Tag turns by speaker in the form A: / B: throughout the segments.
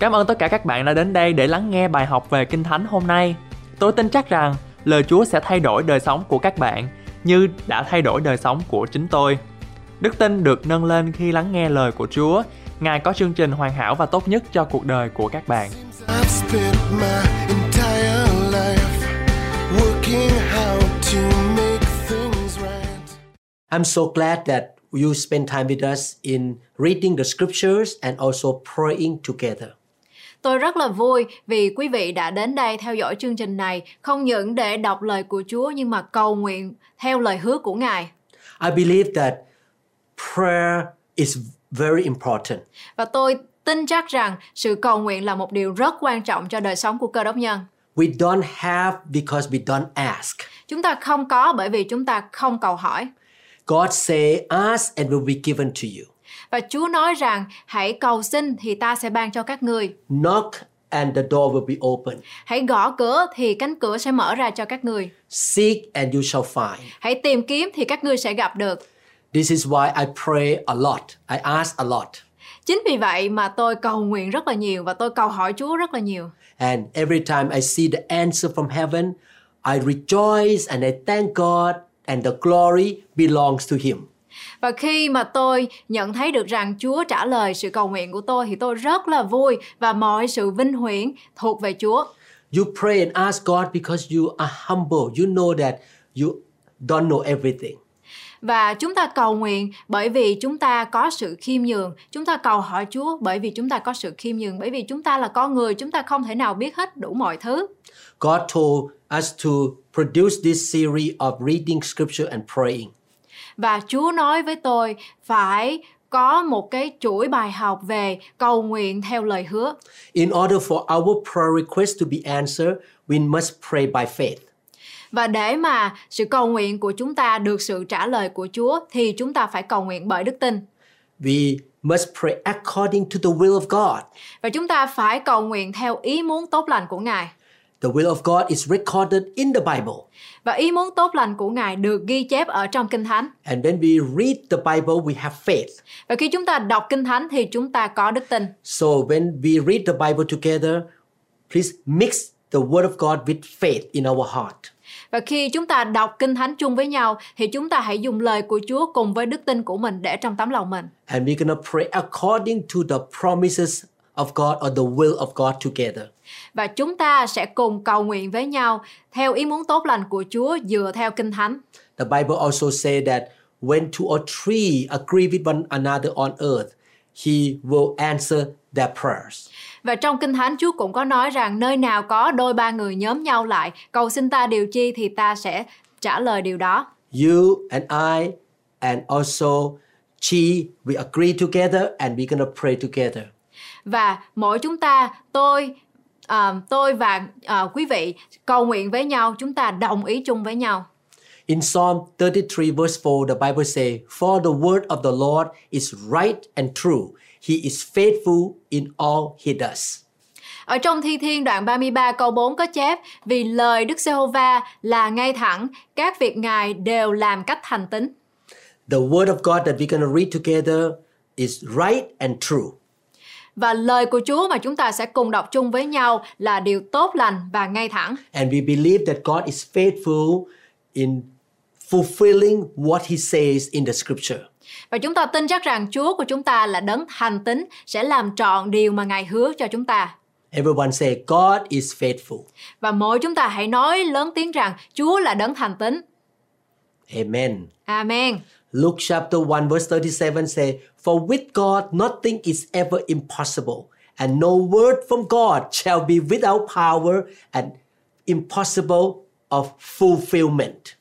A: Cảm ơn tất cả các bạn đã đến đây để lắng nghe bài học về Kinh Thánh hôm nay. Tôi tin chắc rằng lời Chúa sẽ thay đổi đời sống của các bạn như đã thay đổi đời sống của chính tôi. Đức tin được nâng lên khi lắng nghe lời của Chúa. Ngài có chương trình hoàn hảo và tốt nhất cho cuộc đời của các bạn.
B: I've spent my entire life working how to make things right.
C: I'm so glad that you spend time with us in reading the scriptures and also praying together.
D: Tôi rất là vui vì quý vị đã đến đây theo dõi chương trình này không những để đọc lời của Chúa nhưng mà cầu nguyện theo lời hứa của Ngài.
C: I believe that prayer is very important.
D: Và tôi tin chắc rằng sự cầu nguyện là một điều rất quan trọng cho đời sống của cơ đốc nhân.
C: We don't have because we don't ask.
D: Chúng ta không có bởi vì chúng ta không cầu hỏi.
C: God say ask and will be given to you.
D: Và Chúa nói rằng hãy cầu xin thì ta sẽ ban cho các người.
C: Knock and the door will be open.
D: Hãy gõ cửa thì cánh cửa sẽ mở ra cho các người.
C: Seek and you shall find.
D: Hãy tìm kiếm thì các ngươi sẽ gặp được.
C: This is why I pray a lot. I ask a lot.
D: Chính vì vậy mà tôi cầu nguyện rất là nhiều và tôi cầu hỏi Chúa rất là nhiều.
C: And every time I see the answer from heaven, I rejoice and I thank God and the glory belongs to him.
D: Và khi mà tôi nhận thấy được rằng Chúa trả lời sự cầu nguyện của tôi thì tôi rất là vui và mọi sự vinh huyển thuộc về Chúa.
C: You pray and ask God because you are humble. You know that you don't know everything.
D: Và chúng ta cầu nguyện bởi vì chúng ta có sự khiêm nhường, chúng ta cầu hỏi Chúa bởi vì chúng ta có sự khiêm nhường, bởi vì chúng ta là con người, chúng ta không thể nào biết hết đủ mọi thứ.
C: God told us to produce this series of reading scripture and praying.
D: Và Chúa nói với tôi phải có một cái chuỗi bài học về cầu nguyện theo lời hứa.
C: In order for our prayer request to be answered, we must pray by faith.
D: Và để mà sự cầu nguyện của chúng ta được sự trả lời của Chúa thì chúng ta phải cầu nguyện bởi đức tin.
C: We must pray according to the will of God.
D: Và chúng ta phải cầu nguyện theo ý muốn tốt lành của Ngài.
C: The will of God is recorded in the Bible.
D: Và ý muốn tốt lành của Ngài được ghi chép ở trong Kinh Thánh.
C: And when we read the Bible, we have faith.
D: Và khi chúng ta đọc Kinh Thánh thì chúng ta có đức tin.
C: So when we read the Bible together, please mix the word of God with faith in our heart.
D: Và khi chúng ta đọc Kinh Thánh chung với nhau thì chúng ta hãy dùng lời của Chúa cùng với đức tin của mình để trong tấm lòng mình.
C: And we're going to pray according to the promises of God or the will of God together.
D: Và chúng ta sẽ cùng cầu nguyện với nhau theo ý muốn tốt lành của Chúa dựa theo Kinh Thánh.
C: The Bible also say that when two or three agree with one another on earth, he will answer their prayers.
D: Và trong Kinh Thánh Chúa cũng có nói rằng nơi nào có đôi ba người nhóm nhau lại cầu xin ta điều chi thì ta sẽ trả lời điều đó.
C: You and I and also Chi, we agree together and we're going to pray together.
D: Và mỗi chúng ta, tôi à, tôi và à, quý vị cầu nguyện với nhau, chúng ta đồng ý chung với nhau.
C: In Psalm 33 verse 4, the Bible say, For the word of the Lord is right and true. He is faithful in all he does.
D: Ở trong Thi Thiên đoạn 33 câu 4 có chép Vì lời Đức Giê-hô-va là ngay thẳng, các việc Ngài đều làm cách thành tín.
C: The word of God that we're going to read together is right and true.
D: Và lời của Chúa mà chúng ta sẽ cùng đọc chung với nhau là điều tốt lành và ngay thẳng.
C: And we believe that God is faithful in fulfilling what he says in the scripture.
D: Và chúng ta tin chắc rằng Chúa của chúng ta là đấng thành tín sẽ làm trọn điều mà Ngài hứa cho chúng ta.
C: Everyone say, God is faithful.
D: Và mỗi chúng ta hãy nói lớn tiếng rằng Chúa là đấng thành tín.
C: Amen.
D: Amen.
C: Luke chapter 1 verse 37 say, For with God nothing is ever impossible, and no word from God shall be without power and impossible of fulfillment.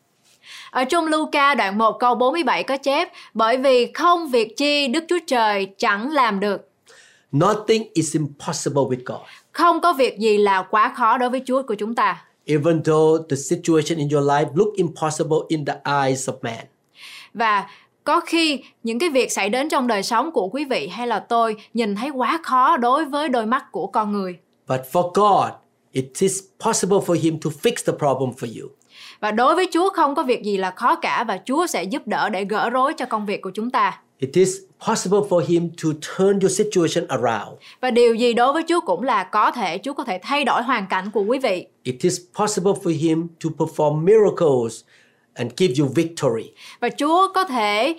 D: Ở trong Luca đoạn 1 câu 47 có chép Bởi vì không việc chi Đức Chúa Trời chẳng làm được.
C: Nothing is impossible with God.
D: Không có việc gì là quá khó đối với Chúa của chúng ta.
C: Even though the situation in your life look impossible in the eyes of man.
D: Và có khi những cái việc xảy đến trong đời sống của quý vị hay là tôi nhìn thấy quá khó đối với đôi mắt của con người.
C: But for God, it is possible for him to fix the problem for you.
D: Và đối với Chúa không có việc gì là khó cả và Chúa sẽ giúp đỡ để gỡ rối cho công việc của chúng ta.
C: It is possible for him to turn your situation around.
D: Và điều gì đối với Chúa cũng là có thể Chúa có thể thay đổi hoàn cảnh của quý vị.
C: It is possible for him to perform miracles and give you victory.
D: Và Chúa có thể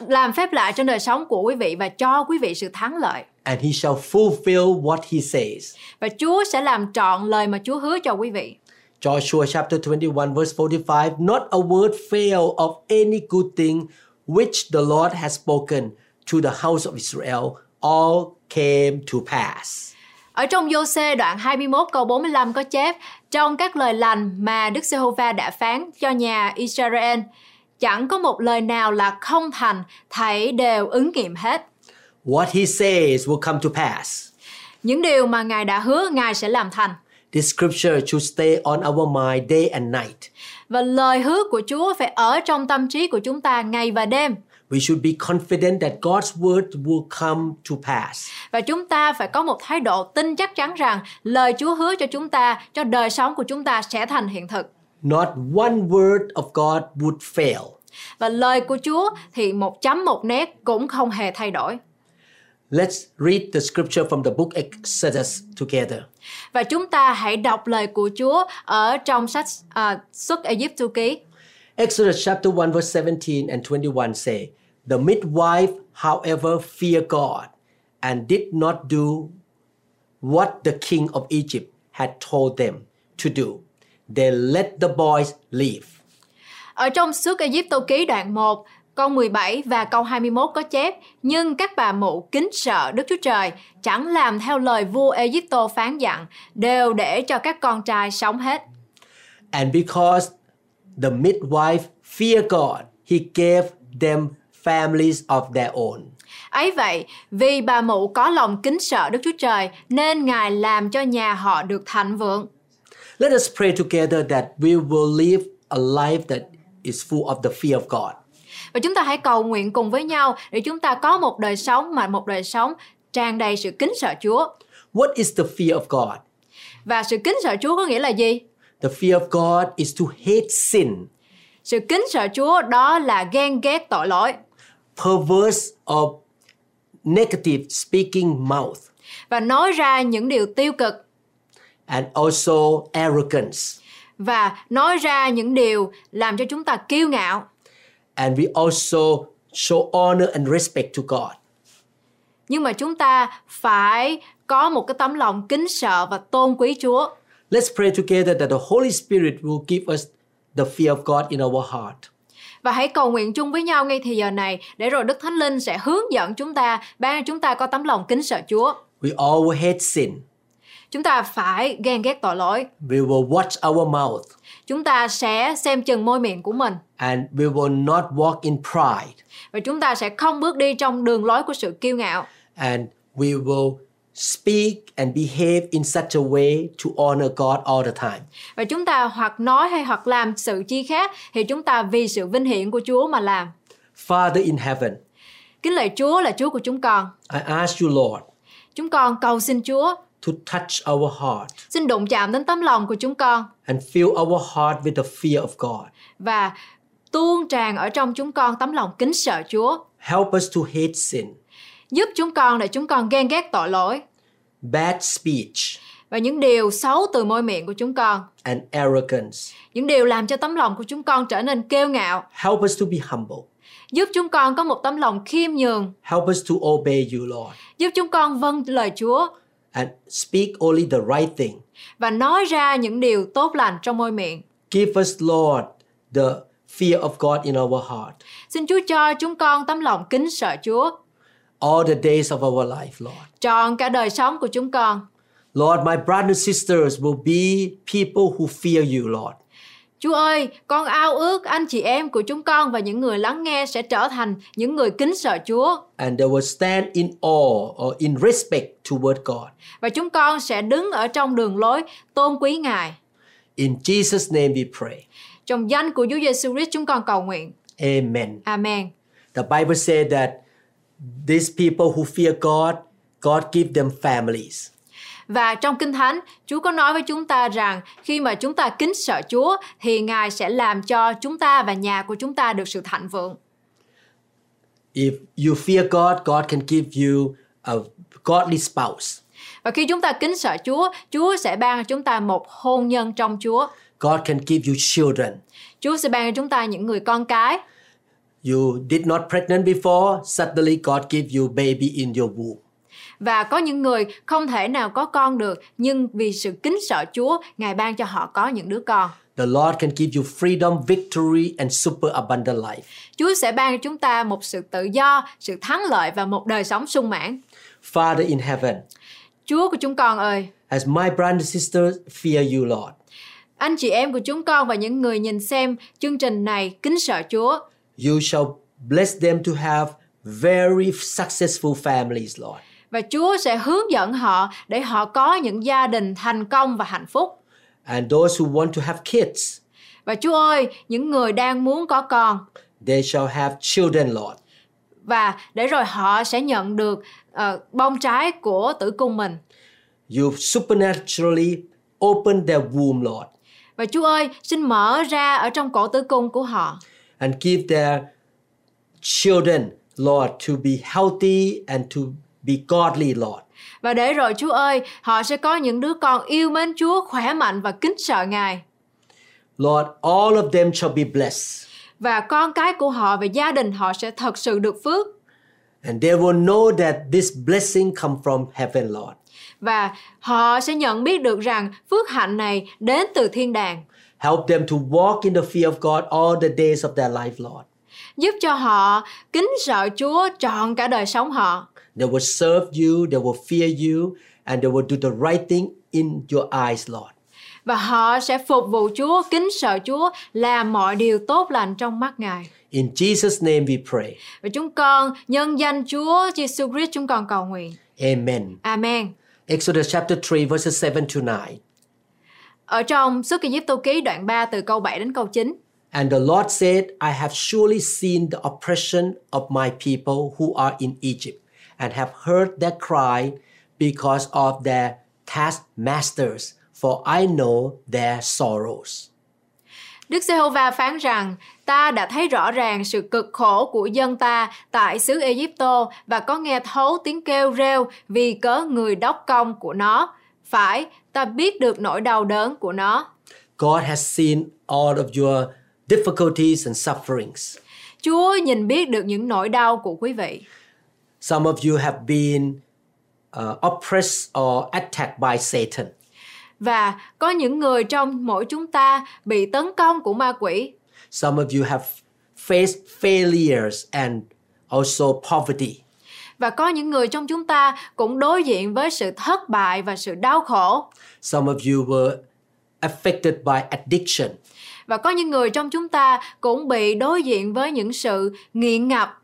D: làm phép lạ trên đời sống của quý vị và cho quý vị sự thắng lợi.
C: And he shall fulfill what he says.
D: Và Chúa sẽ làm trọn lời mà Chúa hứa cho quý vị.
C: Joshua chapter 21, verse 45 Not a word fail of any good thing which the Lord has spoken to the house of Israel, all came to pass.
D: Ở trong Giô-xê đoạn 21 câu 45 có chép Trong các lời lành mà Đức Giê-hô-va đã phán cho nhà Israel Chẳng có một lời nào là không thành Thảy đều ứng nghiệm hết
C: What he says will come to pass.
D: Những điều mà Ngài đã hứa Ngài sẽ làm thành
C: This scripture should stay on our mind day and night.
D: Và lời hứa của Chúa phải ở trong tâm trí của chúng ta ngày và đêm
C: We should be confident that God's word will come to pass.
D: Và chúng ta phải có một thái độ tin chắc chắn rằng lời Chúa hứa cho chúng ta, cho đời sống của chúng ta sẽ thành hiện thực.
C: Not one word of God would fail.
D: Và lời của Chúa thì một chấm một nét cũng không hề thay đổi.
C: Let's read the scripture from the book Exodus together.
D: Và chúng ta hãy đọc lời của Chúa ở trong sách à, xuất Ai Cập ký.
C: Exodus chapter 1 verse 17 and 21 say, The midwife, however, feared God and did not do what the king of Egypt had told them to do. They let the boys leave.
D: Ở trong xuất Ai Cập ký đoạn 1, câu 17 và câu 21 có chép Nhưng các bà mụ kính sợ Đức Chúa Trời chẳng làm theo lời vua Ai Cập phán dặn đều để cho các con trai sống hết.
C: And because the midwife feared God, he gave them families of their own.
D: Ấy vậy, vì bà mụ có lòng kính sợ Đức Chúa Trời nên Ngài làm cho nhà họ được thạnh vượng.
C: Let us pray together that we will live a life that is full of the fear of God.
D: Và chúng ta hãy cầu nguyện cùng với nhau để chúng ta có một đời sống mà một đời sống tràn đầy sự kính sợ Chúa.
C: What is the fear of God?
D: Và sự kính sợ Chúa có nghĩa là gì?
C: The fear of God is to hate sin,
D: Sự kính sợ Chúa đó là ghen ghét tội lỗi
C: perverse or negative speaking mouth,
D: và nói ra những điều tiêu cực
C: and also arrogance.
D: và nói ra những điều làm cho chúng ta kiêu ngạo
C: And we also show honor and respect to God.
D: nhưng mà chúng ta phải có một cái tấm lòng kính sợ và tôn quý Chúa
C: Let's pray together that the Holy Spirit will give us the fear of God in our heart.
D: và hãy cầu nguyện chung với nhau ngay thì giờ này để rồi Đức Thánh Linh sẽ hướng dẫn chúng ta ban cho chúng ta có tấm lòng kính sợ Chúa
C: We all will hate sin.
D: chúng ta phải ghen ghét tội lỗi
C: We will watch our mouth
D: chúng ta sẽ xem chừng môi miệng của mình
C: and we will not walk in pride
D: và chúng ta sẽ không bước đi trong đường lối của sự kiêu ngạo
C: and we will speak and behave in such a way to honor God all the time.
D: và chúng ta hoặc nói hay hoặc làm sự chi khác thì chúng ta vì sự vinh hiển của Chúa mà làm
C: Father in heaven,
D: kính lạy Chúa là Chúa của chúng con
C: I ask you, Lord,
D: chúng con cầu xin Chúa
C: to touch our heart
D: xin đụng chạm đến tấm lòng của chúng con
C: and fill our heart with the fear of God.
D: và tuôn tràn ở trong chúng con tấm lòng kính sợ Chúa
C: Help us to hate sin,
D: giúp chúng con để chúng con ghen ghét tội lỗi
C: bad speech,
D: và những điều xấu từ môi miệng của chúng con
C: and arrogance.
D: những điều làm cho tấm lòng của chúng con trở nên kiêu ngạo
C: Help us to be humble.
D: giúp chúng con có một tấm lòng khiêm nhường
C: Help us to obey you, Lord,
D: giúp chúng con vâng lời Chúa
C: and speak only the right thing.
D: và nói ra những điều tốt lành trong môi miệng.
C: Give us, Lord, the fear of God in our heart
D: Xin Chúa cho chúng con tấm lòng kính sợ Chúa,
C: all the days of our life, Lord.
D: trọn cả đời sống của chúng con.
C: Lord, my brothers and sisters will be people who fear you, Lord.
D: Chúa ơi, con ao ước anh chị em của chúng con và những người lắng nghe sẽ trở thành những người kính sợ Chúa
C: And they will stand in awe or in respect toward God.
D: và chúng con sẽ đứng ở trong đường lối tôn quý Ngài.
C: In Jesus' name we pray.
D: Trong danh của Chúa Giêsu Christ chúng con cầu nguyện.
C: Amen.
D: Amen.
C: The Bible said that these people who fear God, God give them families.
D: Và trong Kinh Thánh, Chúa có nói với chúng ta rằng khi mà chúng ta kính sợ Chúa thì Ngài sẽ làm cho chúng ta và nhà của chúng ta được sự thạnh vượng.
C: If you fear God, God can give you a godly spouse.
D: Và khi chúng ta kính sợ Chúa, Chúa sẽ ban cho chúng ta một hôn nhân trong Chúa.
C: God can give you children.
D: Chúa sẽ ban cho chúng ta những người con cái.
C: You did not pregnant before, suddenly God give you baby in your womb.
D: Và có những người không thể nào có con được, nhưng vì sự kính sợ Chúa, Ngài ban cho họ có những đứa con.
C: The Lord can give you freedom, victory, and super abundant life.
D: Chúa sẽ ban cho chúng ta một sự tự do, sự thắng lợi và một đời sống sung mãn.
C: Father in heaven,
D: Chúa của chúng con ơi,
C: as my brothers and sisters fear you, Lord,
D: anh chị em của chúng con và những người nhìn xem chương trình này kính sợ Chúa.
C: you shall bless them to have very successful families, Lord.
D: Và Chúa sẽ hướng dẫn họ để họ có những gia đình thành công và hạnh phúc.
C: And those who want to have kids,
D: Và Chúa ơi, những người đang muốn có con
C: they shall have children, Lord.
D: và để rồi họ sẽ nhận được ờ, bông trái của tử cung mình.
C: You supernaturally open their womb, Lord,
D: Và Chúa ơi, xin mở ra ở trong cổ tử cung của họ
C: and give their children, Lord, to be healthy and to be godly, Lord.
D: Và để rồi Chúa ơi, họ sẽ có những đứa con yêu mến Chúa, khỏe mạnh và kính sợ Ngài.
C: Lord, all of them shall be blessed,
D: Và con cái của họ và gia đình họ sẽ thật sự được phước.
C: and they will know that this blessing come from heaven, Lord.
D: Và họ sẽ nhận biết được rằng phước hạnh này đến từ thiên đàng.
C: Help them to walk in the fear of God all the days of their life, Lord.
D: Giúp cho họ kính sợ Chúa trọn cả đời sống họ.
C: They will serve you, they will fear you, and they will do the right thing in your eyes, Lord.
D: Và họ sẽ phục vụ Chúa, kính sợ Chúa, làm mọi điều tốt lành trong mắt Ngài.
C: In Jesus' name we pray.
D: Và chúng con nhân danh Chúa Giêsu Christ chúng con cầu nguyện.
C: Amen.
D: Amen.
C: Exodus chapter 3, verses 7 to 9.
D: Ở trong Xuất Ai Cập Tô Ký đoạn 3 từ câu 7 đến câu 9.
C: And the Lord said, I have surely seen the oppression of my people who are in Egypt, and have heard their cry because of their taskmasters, for I know their sorrows.
D: Đức Giê-hô-va phán rằng, ta đã thấy rõ ràng sự cực khổ của dân ta tại xứ Egypto và có nghe thấu tiếng kêu reo vì cớ người đốc công của nó. Phải, ta biết được nỗi đau đớn của nó.
C: God has seen all of your difficulties and sufferings.
D: Chúa nhìn biết được những nỗi đau của quý vị.
C: Some of you have been uh, oppressed or attacked by Satan.
D: Và có những người trong mỗi chúng ta bị tấn công của ma quỷ.
C: Some of you have faced failures and also poverty.
D: Và có những người trong chúng ta cũng đối diện với sự thất bại và sự đau khổ.
C: Some of you were affected by addiction.
D: Và có những người trong chúng ta cũng bị đối diện với những sự nghiện ngập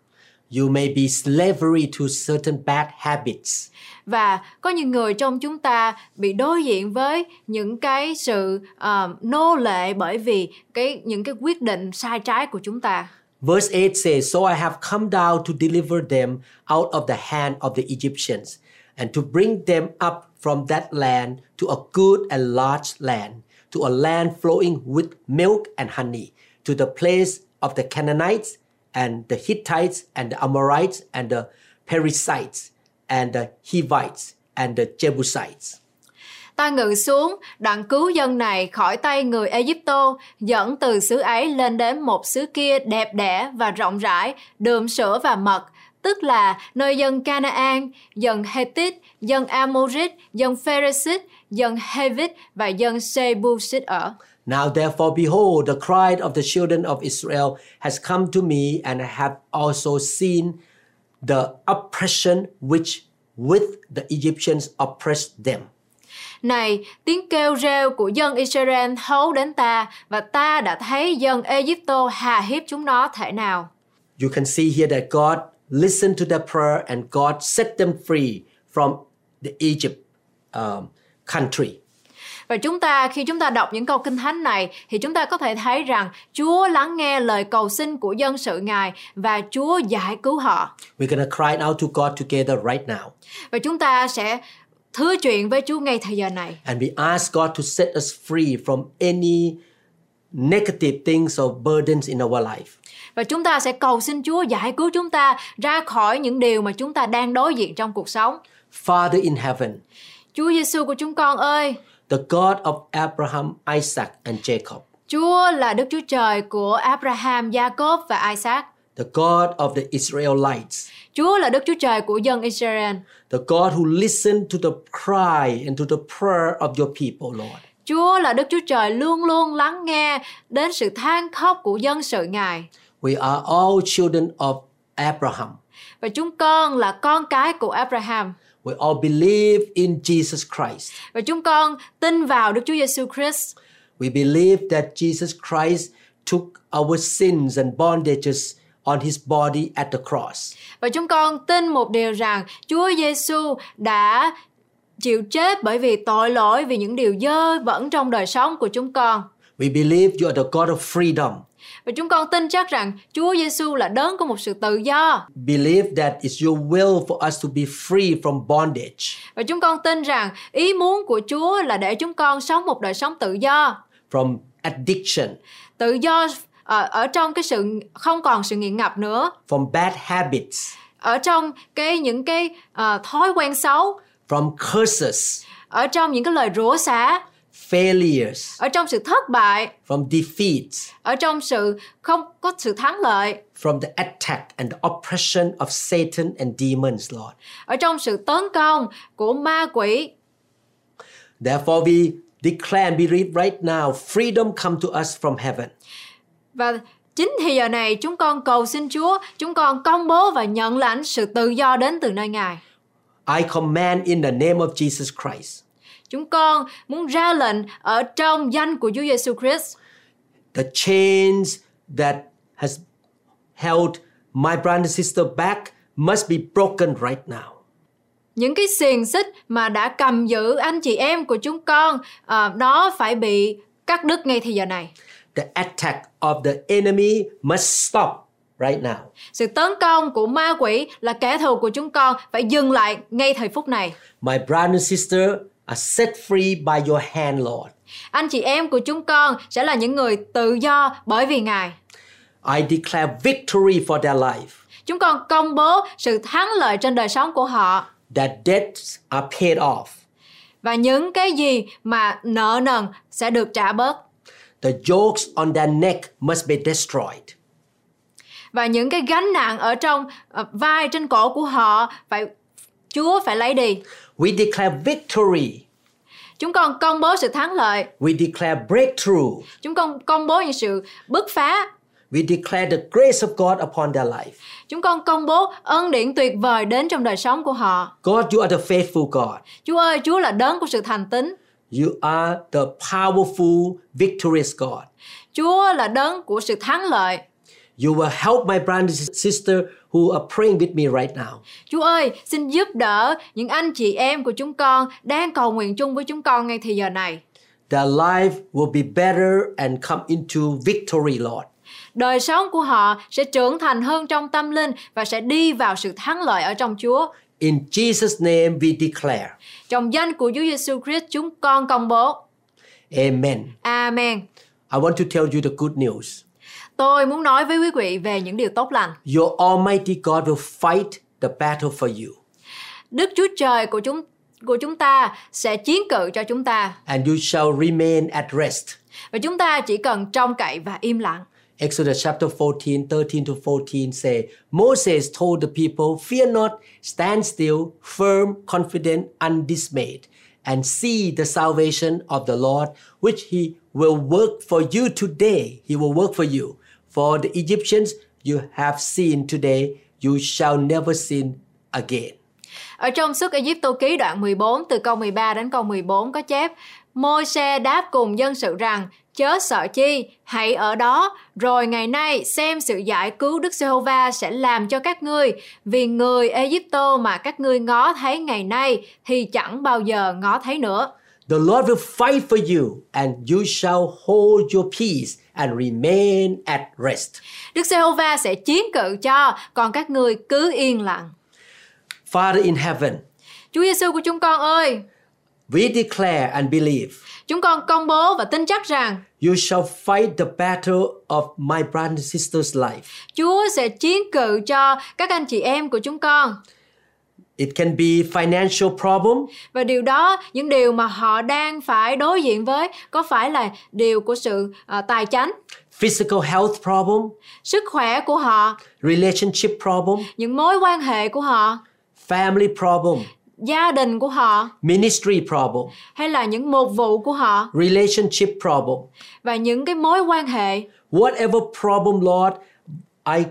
C: You may be slavery to certain bad habits.
D: và có những người trong chúng ta bị đối diện với những cái sự ờ, nô lệ bởi vì cái những cái quyết định sai trái của chúng ta.
C: Verse 8 says, So I have come down to deliver them out of the hand of the Egyptians, and to bring them up from that land to a good and large land, to a land flowing with milk and honey, to the place of the Canaanites, and the Hittites, and the Amorites, and the Perizzites, and the Hivites, and the Jebusites.
D: Ta ngự xuống, đặng cứu dân này khỏi tay người Egypto, dẫn từ xứ ấy lên đến một xứ kia đẹp đẽ và rộng rãi, đượm sữa và mật, tức là nơi dân Canaan, dân Hethit, dân Amorit, dân Pheresit, dân Hevit và dân Sebusit ở.
C: Now therefore, behold, the cry of the children of Israel has come to me, and I have also seen the oppression which with the Egyptians oppressed them.
D: Này, tiếng kêu reo của dân Israel thấu đến ta và ta đã thấy dân Egypto hà hiếp chúng nó thể nào.
C: You can see here that God listened to their prayer and God set them free from the Egypt um, country.
D: Và chúng ta khi chúng ta đọc những câu kinh thánh này thì chúng ta có thể thấy rằng Chúa lắng nghe lời cầu xin của dân sự Ngài và Chúa giải cứu họ.
C: We're going to cry out to God together right now.
D: Và chúng ta sẽ thưa chuyện với Chúa ngay thời giờ này
C: And we ask God to set us free from any negative things or burdens in our life.
D: và chúng ta sẽ cầu xin Chúa giải cứu chúng ta ra khỏi những điều mà chúng ta đang đối diện trong cuộc sống.
C: Father in heaven,
D: Chúa Giêsu của chúng con ơi,
C: the God of Abraham, Isaac, and Jacob,
D: Chúa là Đức Chúa Trời của Abraham, Jacob và Isaac.
C: the God of the Israelites,
D: Chúa là Đức Chúa Trời của dân Israel.
C: the God who listened to the cry and to the prayer of your people, Lord.
D: Chúa là Đức Chúa Trời luôn luôn lắng nghe đến sự than khóc của dân sự Ngài.
C: We are all children of Abraham.
D: Và chúng con là con cái của Abraham.
C: We all believe in Jesus Christ.
D: Và chúng con tin vào Đức Chúa Giêsu Christ.
C: We believe that Jesus Christ took our sins and bondages on his body at the cross.
D: Và chúng con tin một điều rằng Chúa Giêsu đã chịu chết bởi vì tội lỗi vì những điều dơ vẫn trong đời sống của chúng con.
C: We believe you are the God of freedom.
D: Và chúng con tin chắc rằng Chúa Giêsu là đấng của một sự tự do.
C: Believe that it's your will for us to be free from bondage,
D: Và chúng con tin rằng ý muốn của Chúa là để chúng con sống một đời sống tự do.
C: from addiction,
D: tự do ở, ở trong cái sự không còn sự nghiện ngập nữa
C: from bad habits,
D: ở trong cái những cái ờ, thói quen xấu
C: from curses,
D: ở trong những cái lời rủa xả
C: failures,
D: ở trong sự thất bại
C: from defeats,
D: ở trong sự không có sự thắng lợi
C: from the attack and the oppression of Satan and demons, Lord.
D: ở trong sự tấn công của ma quỷ
C: Therefore, we declare and believe right now freedom come to us from heaven.
D: và chính thì giờ này chúng con cầu xin Chúa chúng con công bố và nhận lãnh sự tự do đến từ nơi Ngài
C: I command in the name of Jesus Christ,
D: chúng con muốn ra lệnh ở trong danh của Chúa Giêsu Christ
C: the chains that has held my brother and sister back must be broken right now.
D: những cái xiềng xích mà đã cầm giữ anh chị em của chúng con ờ, đó phải bị cắt đứt ngay thì giờ này
C: The attack of the enemy must stop right now.
D: sự tấn công của ma quỷ là kẻ thù của chúng con phải dừng lại ngay thời phút này
C: My brother and sister are set free by your hand, Lord.
D: anh chị em của chúng con sẽ là những người tự do bởi vì ngài
C: I declare victory for their life,
D: chúng con công bố sự thắng lợi trên đời sống của họ
C: that debts are paid off,
D: và những cái gì mà nợ nần sẽ được trả bớt
C: the yokes on their neck must be destroyed.
D: và những cái gánh nặng ở trong ờ, vai trên cổ của họ phải Chúa phải lấy đi.
C: We declare victory.
D: Chúng con công bố sự thắng lợi.
C: We declare breakthrough.
D: Chúng con công bố những sự bứt phá.
C: We declare the grace of God upon their life.
D: Chúng con công bố ân điển tuyệt vời đến trong đời sống của họ.
C: God, you are the faithful God.
D: Chúa ơi, Chúa là đấng của sự thành tín.
C: You are the powerful, victorious God.
D: Chúa là đấng của sự thắng lợi.
C: You will help my brother and sister who are praying with me right now.
D: Chúa ơi, xin giúp đỡ những anh chị em của chúng con đang cầu nguyện chung với chúng con ngay thì giờ này.
C: Their life will be better and come into victory, Lord.
D: Đời sống của họ sẽ trưởng thành hơn trong tâm linh và sẽ đi vào sự thắng lợi ở trong Chúa.
C: In Jesus' name we declare.
D: Trong danh của Chúa Giêsu Christ chúng con công bố.
C: Amen.
D: Amen.
C: I want to tell you the good news.
D: Tôi muốn nói với quý vị về những điều tốt lành.
C: Your Almighty God will fight the battle for you.
D: Đức Chúa Trời của chúng của chúng ta sẽ chiến cự cho chúng ta
C: and you shall remain at rest.
D: và chúng ta chỉ cần trông cậy và im lặng.
C: Exodus chapter 14, 13 to 14 say, Moses told the people, Fear not, stand still, firm, confident, undismayed, and see the salvation of the Lord, which he will work for you today. He will work for you. For the Egyptians you have seen today, you shall never sin again.
D: Ở trong xuất Ai Cập ký đoạn 14 từ câu 13 đến câu 14 có chép môi xe đáp cùng dân sự rằng chớ sợ chi, hãy ở đó, rồi ngày nay xem sự giải cứu Đức Giê-hô-va sẽ làm cho các ngươi, vì người Egypto mà các ngươi ngó thấy ngày nay thì chẳng bao giờ ngó thấy nữa.
C: The Lord will fight for you, and you shall hold your peace and remain at rest.
D: Đức Giê-hô-va sẽ chiến cự cho, còn các ngươi cứ yên lặng.
C: Father in heaven,
D: Chúa Giêsu của chúng con ơi,
C: We declare and believe,
D: Chúng con công bố và tin chắc rằng
C: you shall fight the battle of my brother and sister's life.
D: Chúa sẽ chiến cự cho các anh chị em của chúng con.
C: It can be financial problem,
D: Và điều đó, những điều mà họ đang phải đối diện với có phải là điều của sự à, tài chánh,
C: physical health problem,
D: sức khỏe của họ,
C: relationship problem,
D: những mối quan hệ của họ,
C: family problem,
D: gia đình của họ
C: ministry problem,
D: hay là những một vụ của họ
C: relationship problem.
D: và những cái mối quan hệ.
C: Whatever problem, Lord, I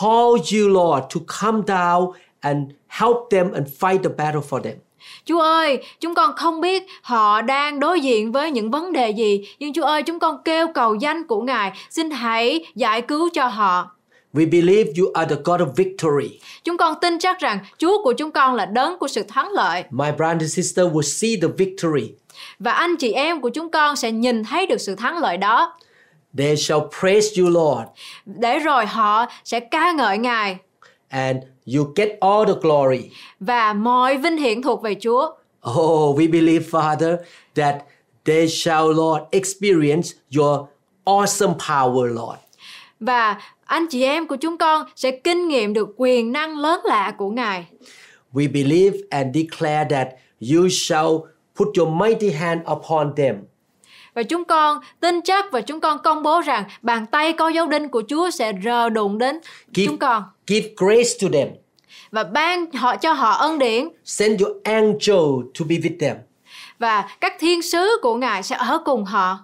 C: call you, Lord, to come down and help them and fight the battle for them.
D: Chúa ơi, chúng con không biết họ đang đối diện với những vấn đề gì, nhưng Chúa ơi, chúng con kêu cầu danh của Ngài, xin hãy giải cứu cho họ.
C: We believe you are the God of victory.
D: Chúng con tin chắc rằng Chúa của chúng con là đấng của sự thắng lợi
C: My brother and sister will see the victory.
D: và anh chị em của chúng con sẽ nhìn thấy được sự thắng lợi đó.
C: They shall praise you, Lord,
D: Để rồi họ sẽ ca ngợi Ngài
C: and you get all the glory.
D: và mọi vinh hiển thuộc về Chúa.
C: Oh, we believe, Father, that they shall, Lord, experience your awesome power, Lord.
D: Và anh chị em của chúng con sẽ kinh nghiệm được quyền năng lớn lạ của Ngài.
C: We believe and declare that you shall put your mighty hand upon them.
D: Và chúng con tin chắc và chúng con công bố rằng bàn tay có dấu đinh của Chúa sẽ rờ đụng đến
C: Give,
D: chúng con
C: give grace to them.
D: và ban họ cho họ ân điển
C: Send your angel to be with them.
D: và các thiên sứ của Ngài sẽ ở cùng họ.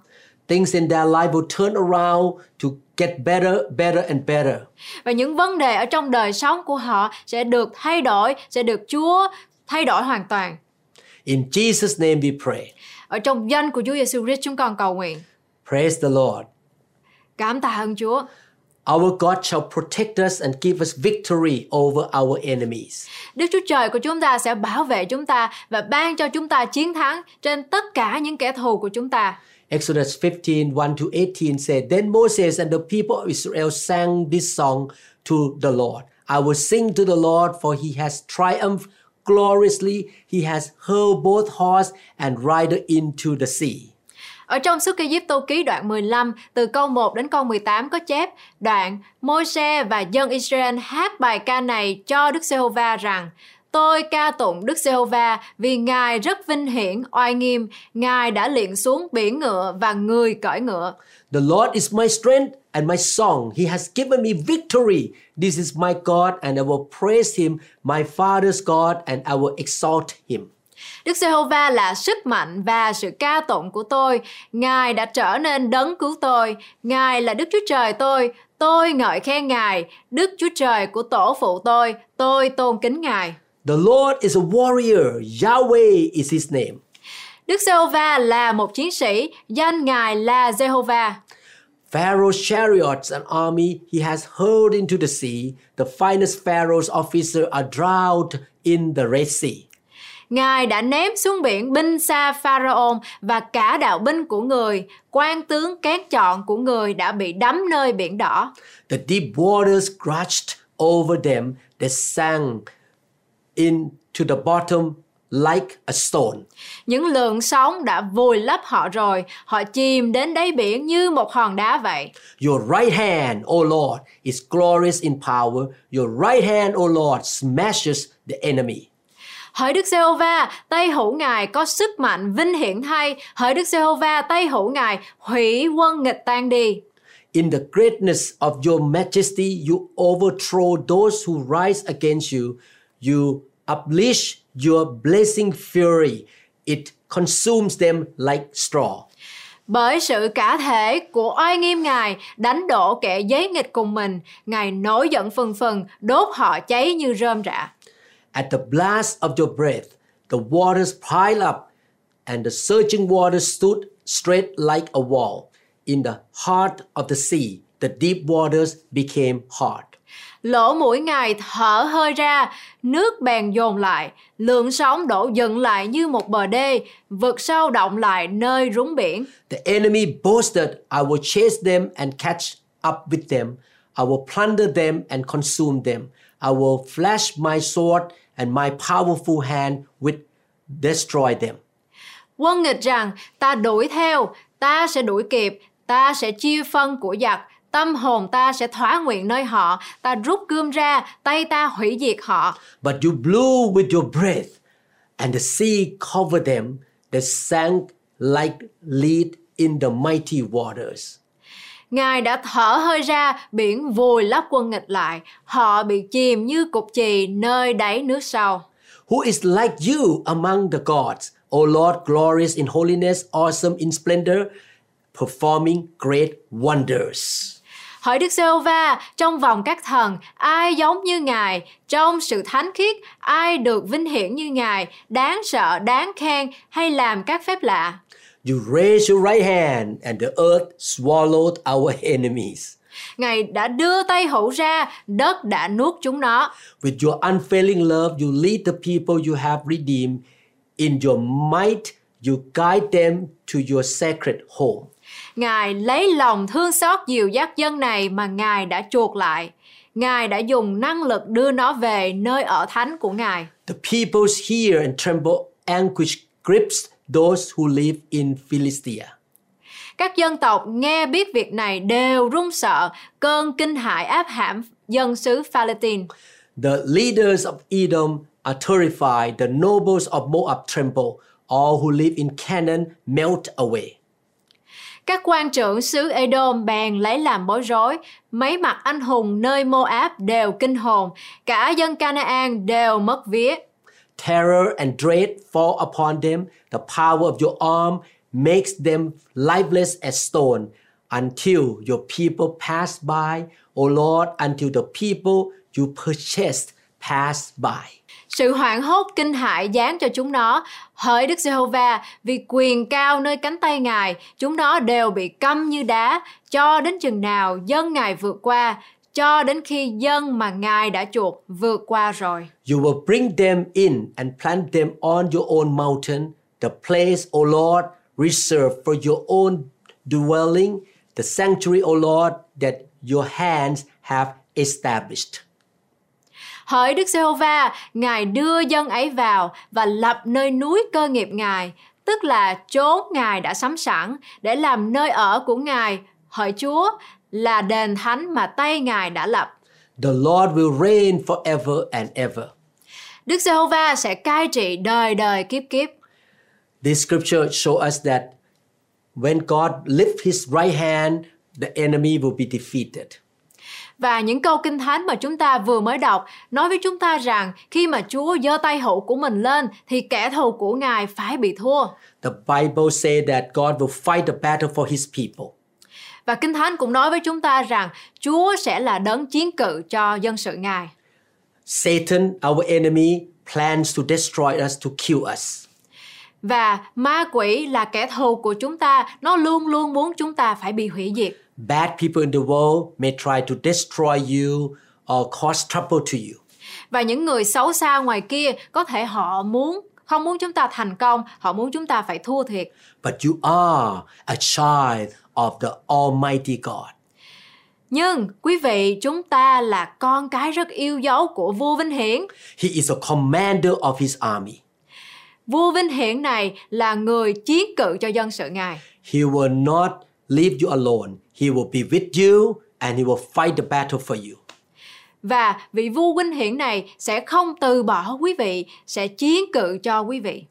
C: Things in their life will turn around to get better, better, and better.
D: Và những vấn đề ở trong đời sống của họ sẽ được thay đổi, sẽ được Chúa thay đổi hoàn toàn.
C: In Jesus' name we pray.
D: Ở trong danh của Chúa Giêsu Christ chúng con cầu nguyện.
C: Praise the Lord.
D: Cảm tạ ơn Chúa.
C: Our God shall protect us and give us victory over our enemies.
D: Đức Chúa Trời của chúng ta sẽ bảo vệ chúng ta và ban cho chúng ta chiến thắng trên tất cả những kẻ thù của chúng ta.
C: Exodus 15 1 to 18 said, Then Moses and the people of Israel sang this song to the Lord I will sing to the Lord, for he has triumphed gloriously. He has hurled both horse and rider into the sea.
D: Ở trong Sức Kê Diếp Tô Ký đoạn 15, từ câu 1 đến câu 18 có chép đoạn Môi-se và dân Israel hát bài ca này cho Đức Giê-hô-va rằng Tôi ca tụng Đức Giê-hô-va vì Ngài rất vinh hiển, oai nghiêm. Ngài đã liện xuống biển ngựa và người cởi ngựa.
C: The Lord is my strength and my song. He has given me victory. This is my God, and I will praise him, my father's God, and I will exalt him.
D: Đức Giê-hô-va là sức mạnh và sự ca tụng của tôi. Ngài đã trở nên đấng cứu tôi. Ngài là Đức Chúa Trời tôi. Tôi ngợi khen Ngài, Đức Chúa Trời của tổ phụ tôi. Tôi tôn kính Ngài.
C: The Lord is a warrior. Yahweh is his name.
D: Đức Giê-hô-va là một chiến sĩ, danh Ngài là Giê-hô-va.
C: Pharaoh's chariots and army he has hurled into the sea. The finest Pharaoh's officers are drowned in the Red Sea.
D: Ngài đã ném xuống biển binh xa Pharaon và cả đạo binh của người, quan tướng cát chọn của người đã bị đắm nơi biển đỏ.
C: The deep waters crashed over them. They sank into the bottom like a stone.
D: Những lượng sóng đã vùi lấp họ rồi, họ chìm đến đáy biển như một hòn đá vậy.
C: Your right hand, O Lord, is glorious in power. Your right hand, O Lord, smashes the enemy.
D: Hỡi Đức Giê-hô-va, tay hữu Ngài có sức mạnh vinh hiển thay. Hỡi Đức Giê-hô-va, tay hữu Ngài hủy quân nghịch tan đi.
C: In the greatness of your majesty, you overthrow those who rise against you. You unleash your blazing fury. It consumes them like straw.
D: Bởi sự cả thể của oai nghiêm Ngài đánh đổ kẻ giấy nghịch cùng mình, Ngài nổi giận phừng phừng, đốt họ cháy như rơm rạ.
C: At the blast of your breath, the waters pile up, and the surging waters stood straight like a wall. In the heart of the sea, the deep waters became hard.
D: Lỗ mũi Ngài thở hơi ra, nước bèn dồn lại, lượng sóng đổ dựng lại như một bờ đê, vực sâu động lại nơi rúng biển.
C: The enemy boasted, I will chase them and catch up with them. I will plunder them and consume them. I will flash my sword and my powerful hand would destroy them.
D: Quân nghịch rằng ta đuổi theo, ta sẽ đuổi kịp, ta sẽ chia phân của giặc, tâm hồn ta sẽ thỏa nguyện nơi họ, ta rút gươm ra, tay ta hủy diệt họ.
C: But you blew with your breath, and the sea covered them. They sank like lead in the mighty waters.
D: Ngài đã thở hơi ra, biển vùi lấp quân nghịch lại, họ bị chìm như cục chì nơi đáy nước sâu.
C: Who is like you among the gods, O Lord, glorious in holiness, awesome in splendor, performing great wonders?
D: Hỡi Đức giê va trong vòng các thần, ai giống như Ngài, trong sự thánh khiết, ai được vinh hiển như Ngài, đáng sợ, đáng khen hay làm các phép lạ.
C: You raised your right hand, and the earth swallowed our enemies.
D: Ngài đã đưa tay hữu ra, đất đã nuốt chúng nó.
C: With your unfailing love, you lead the people you have redeemed. In your might, you guide them to your sacred home.
D: Ngài lấy lòng thương xót dìu dắt dân này mà Ngài đã chuộc lại. Ngài đã dùng năng lực đưa nó về nơi ở thánh của Ngài.
C: The peoples hear and tremble. Anguish grips those who live in Philistia.
D: Các dân tộc nghe biết việc này đều run sợ, cơn kinh hại áp hãm dân xứ Palestine.
C: The leaders of Edom are terrified. The nobles of Moab tremble. All who live in Canaan melt away.
D: Các quan trưởng xứ Edom bèn lấy làm bối rối, mấy mặt anh hùng nơi Moab đều kinh hồn, cả dân Canaan đều mất vía.
C: Terror and dread fall upon them. The power of your arm makes them lifeless as stone until your people pass by, O Lord, until the people you purchased pass by.
D: Sự hoảng hốt kinh hại dán cho chúng nó, hỡi Đức Giê-hô-va, vì quyền cao nơi cánh tay Ngài, chúng nó đều bị câm như đá, cho đến chừng nào dân Ngài vượt qua, cho đến khi dân mà Ngài đã chuộc vượt qua rồi.
C: You will bring them in and plant them on your own mountain, the place, O Lord, reserved for your own dwelling, the sanctuary, O Lord, that your hands have established.
D: Hỡi Đức Giê-hô-va, Ngài đưa dân ấy vào và lập nơi núi cơ nghiệp Ngài, tức là chốn Ngài đã sắm sẵn để làm nơi ở của Ngài, hỡi Chúa, là đền thánh mà tay Ngài đã lập.
C: The Lord will reign forever and ever.
D: Đức Giê-hô-va sẽ cai trị đời đời kiếp kiếp.
C: This scripture shows us that when God lifts his right hand, the enemy will be defeated.
D: Và những câu kinh thánh mà chúng ta vừa mới đọc nói với chúng ta rằng khi mà Chúa giơ tay hữu của mình lên thì kẻ thù của Ngài phải bị thua.
C: The Bible says that God will fight the battle for his people.
D: Và Kinh Thánh cũng nói với chúng ta rằng Chúa sẽ là đấng chiến cự cho dân sự Ngài.
C: Satan, our enemy, plans to destroy us, to kill us.
D: Và ma quỷ là kẻ thù của chúng ta, nó luôn luôn muốn chúng ta phải bị hủy diệt.
C: Bad people in the world may try to destroy you or cause trouble to you.
D: Và những người xấu xa ngoài kia có thể họ muốn không muốn chúng ta thành công, họ muốn chúng ta phải thua thiệt.
C: But you are a child of the Almighty God.
D: Nhưng quý vị, chúng ta là con cái rất yêu dấu của vua Vinh Hiển.
C: He is a commander of his army.
D: Vua Vinh Hiển này là người chiến cự cho dân sự Ngài.
C: He will not leave you alone. He will be with you and he will fight the battle for you.
D: Và vị vua Vinh Hiển này sẽ không từ bỏ quý vị, sẽ chiến cự cho quý vị.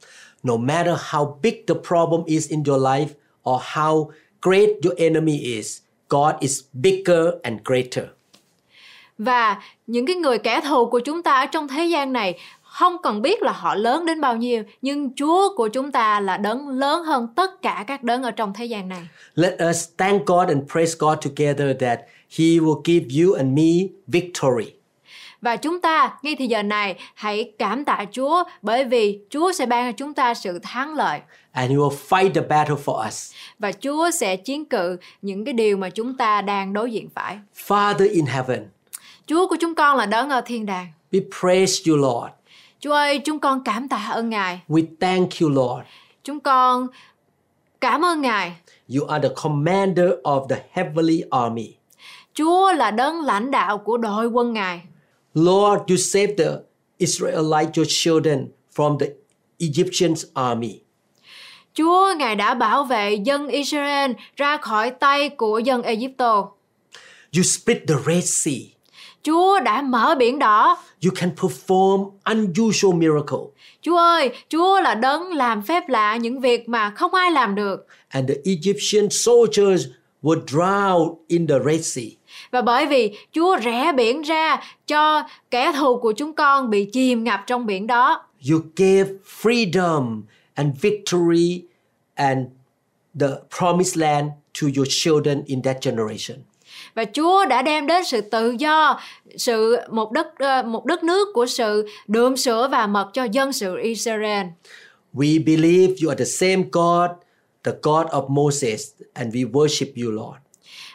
C: No matter how big the problem is in your life or how great your enemy is, God is bigger and greater.
D: Và những cái người kẻ thù của chúng ta ở trong thế gian này không cần biết là họ lớn đến bao nhiêu, nhưng Chúa của chúng ta là đấng lớn hơn tất cả các đấng ở trong thế gian này.
C: Let us thank God and praise God together that He will give you and me victory.
D: Và chúng ta ngay thì giờ này hãy cảm tạ Chúa bởi vì Chúa sẽ ban cho chúng ta sự thắng lợi
C: And He will fight the battle for us.
D: và Chúa sẽ chiến cự những cái điều mà chúng ta đang đối diện phải.
C: Father in heaven,
D: Chúa của chúng con là đấng ở thiên đàng.
C: we praise you, Lord.
D: Chúa ơi, chúng con cảm tạ ơn Ngài.
C: We thank you, Lord.
D: Chúng con cảm ơn Ngài.
C: You are the commander of the heavenly army.
D: Chúa là đấng lãnh đạo của đội quân Ngài.
C: Lord, you saved the Israelite, your children, from the Egyptian army.
D: Chúa Ngài đã bảo vệ dân Israel ra khỏi tay của dân Egypto.
C: You split the Red Sea.
D: Chúa đã mở biển đỏ.
C: You can perform unusual miracle.
D: Chúa ơi, Chúa là đấng làm phép lạ những việc mà không ai làm được.
C: And the Egyptian soldiers were drowned in the Red Sea.
D: Và bởi vì Chúa rẽ biển ra cho kẻ thù của chúng con bị chìm ngập trong biển đó.
C: You gave freedom and victory and the promised land to your children in that generation.
D: Và Chúa đã đem đến sự tự do, sự một đất ờ, một đất nước của sự đượm sữa và mật cho dân sự Israel.
C: We believe you are the same God, the God of Moses, and we worship you, Lord.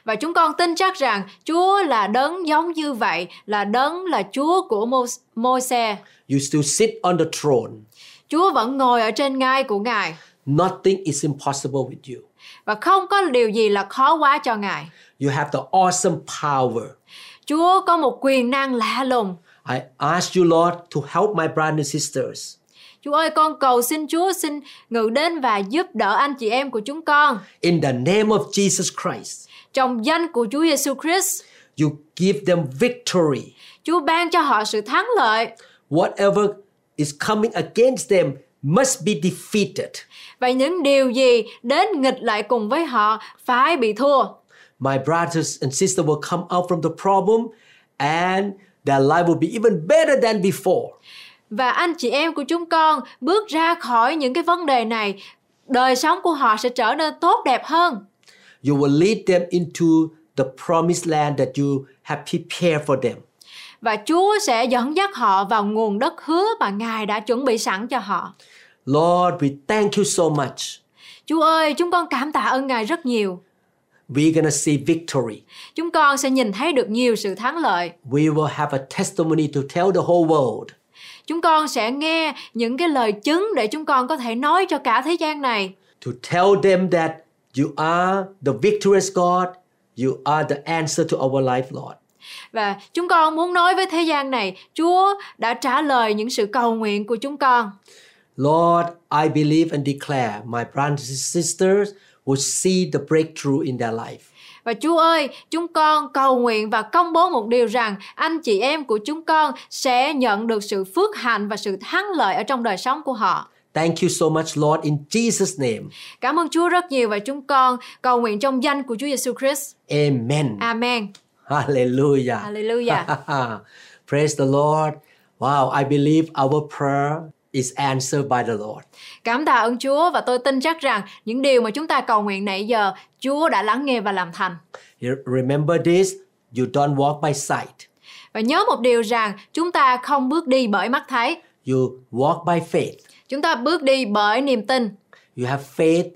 D: Và chúng con tin chắc rằng Chúa là đấng giống như vậy, là đấng là Chúa của Mô- Môi-se.
C: You still sit on the throne.
D: Chúa vẫn ngồi ở trên ngai của Ngài
C: Nothing is impossible with you.
D: và không có điều gì là khó quá cho Ngài.
C: You have the awesome power.
D: Chúa có một quyền năng lạ lùng.
C: I ask you, Lord, to help my brothers and sisters.
D: Chúa ơi, con cầu xin Chúa xin ngự đến và giúp đỡ anh chị em của chúng con.
C: In the name of Jesus Christ,
D: Trong danh của Chúa Giêsu Christ,
C: you give them victory.
D: Chúa ban cho họ sự thắng lợi
C: Whatever is coming against them must be defeated.
D: và những điều gì đến nghịch lại cùng với họ phải bị thua.
C: My brothers and sisters will come out from the problem and their life will be even better than before.
D: Và anh chị em của chúng con bước ra khỏi những cái vấn đề này, đời sống của họ sẽ trở nên tốt đẹp hơn.
C: You will lead them into the promised land that you have prepared for them.
D: Và Chúa sẽ dẫn dắt họ vào nguồn đất hứa mà Ngài đã chuẩn bị sẵn cho họ.
C: Lord, we thank you so much.
D: Chúa ơi, chúng con cảm tạ ơn Ngài rất nhiều.
C: We're going to see victory.
D: Chúng con sẽ nhìn thấy được nhiều sự thắng lợi.
C: We will have a testimony to tell the whole world.
D: Chúng con sẽ nghe những cái lời chứng để chúng con có thể nói cho cả thế gian này.
C: to tell them that you are the victorious God, you are the answer to our life, Lord.
D: Và chúng con muốn nói với thế gian này, Chúa đã trả lời những sự cầu nguyện của chúng con.
C: Lord, I believe and declare my brothers and sisters will see the breakthrough in their life.
D: Và Chúa ơi, chúng con cầu nguyện và công bố một điều rằng anh chị em của chúng con sẽ nhận được sự phước hạnh và sự thắng lợi ở trong đời sống của họ.
C: Thank you so much, Lord, in Jesus' name.
D: Cảm ơn Chúa rất nhiều và chúng con cầu nguyện trong danh của Chúa Giêsu Christ.
C: Amen.
D: Amen.
C: Hallelujah.
D: Hallelujah.
C: Praise the Lord. Wow, I believe our prayer is answered by the Lord.
D: Cảm tạ ơn Chúa và tôi tin chắc rằng những điều mà chúng ta cầu nguyện nãy giờ Chúa đã lắng nghe và làm thành.
C: You- Remember this, you don't walk by sight.
D: Và nhớ một điều rằng chúng ta không bước đi bởi mắt thấy,
C: You walk by faith.
D: chúng ta bước đi bởi niềm tin.
C: You have faith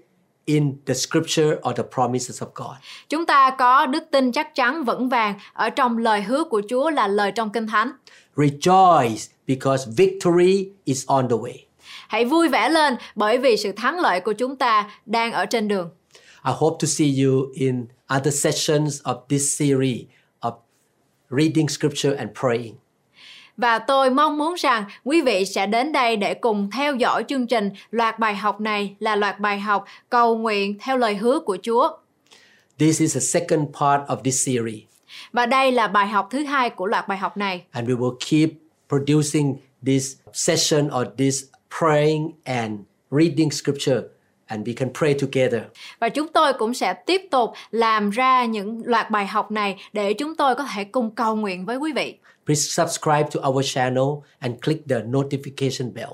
C: in the scripture or the promises of God.
D: Chúng ta có đức tin chắc chắn vững vàng ở trong lời hứa của Chúa là lời trong Kinh Thánh.
C: Rejoice because victory is on the way.
D: Hãy vui vẻ lên bởi vì sự thắng lợi của chúng ta đang ở trên đường.
C: I hope to see you in other sessions of this series of reading scripture and praying.
D: Và tôi mong muốn rằng quý vị sẽ đến đây để cùng theo dõi chương trình loạt bài học này là loạt bài học cầu nguyện theo lời hứa của Chúa.
C: This is the second part of this series,
D: Và đây là bài học thứ hai của loạt bài học này.
C: and we will keep producing this session or this praying and reading scripture, and we can pray together.
D: Và chúng tôi cũng sẽ tiếp tục làm ra những loạt bài học này để chúng tôi có thể cùng cầu nguyện với quý vị.
C: Please subscribe to our channel and click the notification bell.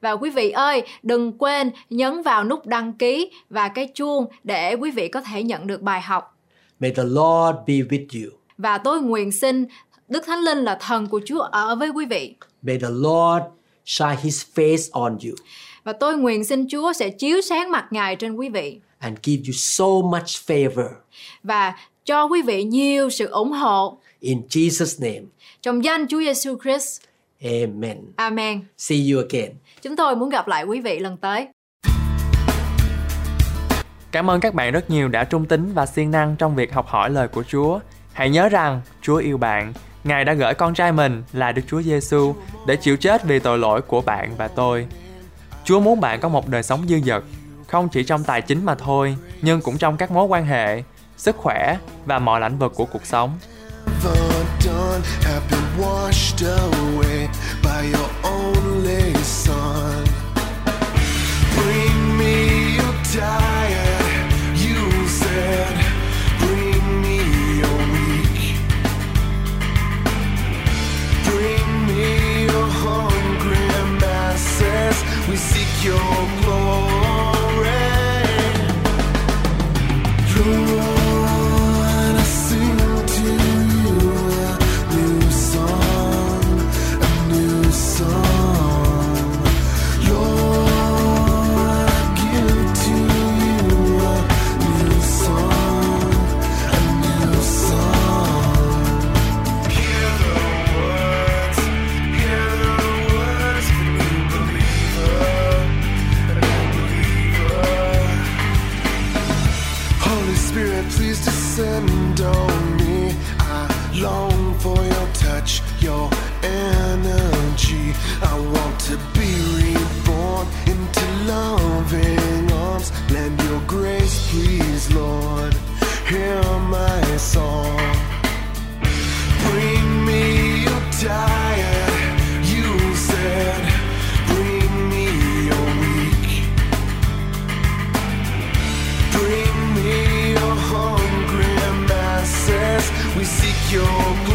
D: Và quý vị ơi, đừng quên nhấn vào nút đăng ký và cái chuông để quý vị có thể nhận được bài học.
C: May the Lord be with you.
D: Và tôi nguyện xin Đức Thánh Linh là thần của Chúa ở với quý vị.
C: May the Lord shine his face on you
D: Và tôi nguyện xin Chúa sẽ chiếu sáng mặt Ngài trên quý vị
C: and give you so much favor.
D: và cho quý vị nhiều sự ủng hộ
C: In Jesus' name,
D: trong danh Chúa Giêsu Christ.
C: amen.
D: Amen.
C: See you again.
D: Chúng tôi muốn gặp lại quý vị lần tới.
A: Cảm ơn các bạn rất nhiều đã trung tín và siêng năng trong việc học hỏi lời của Chúa. Hãy nhớ rằng Chúa yêu bạn. Ngài đã gửi con trai mình là Đức Chúa Giêsu để chịu chết vì tội lỗi của bạn và tôi. Chúa muốn bạn có một đời sống dư dật. không chỉ trong tài chính mà thôi, nhưng cũng trong các mối quan hệ, sức khỏe và mọi lĩnh vực của cuộc sống.
B: The dawn have been washed away by your only son. Bring me your diet, you said. Bring me your weak. Bring me your hungry masses. We seek your glory. Lord, I sing to you a new song, a new song. Lord, I give to you a new song, a new song. Hear the words, hear the words, new believer, new believer. Holy Spirit, please descend on me. I long for your touch, your energy. I want to be reborn into loving arms. Lend your grace, please, Lord. Hear my song. Bring me your diet, you said. Bring me your weak. Bring me your hungry masses. We seek your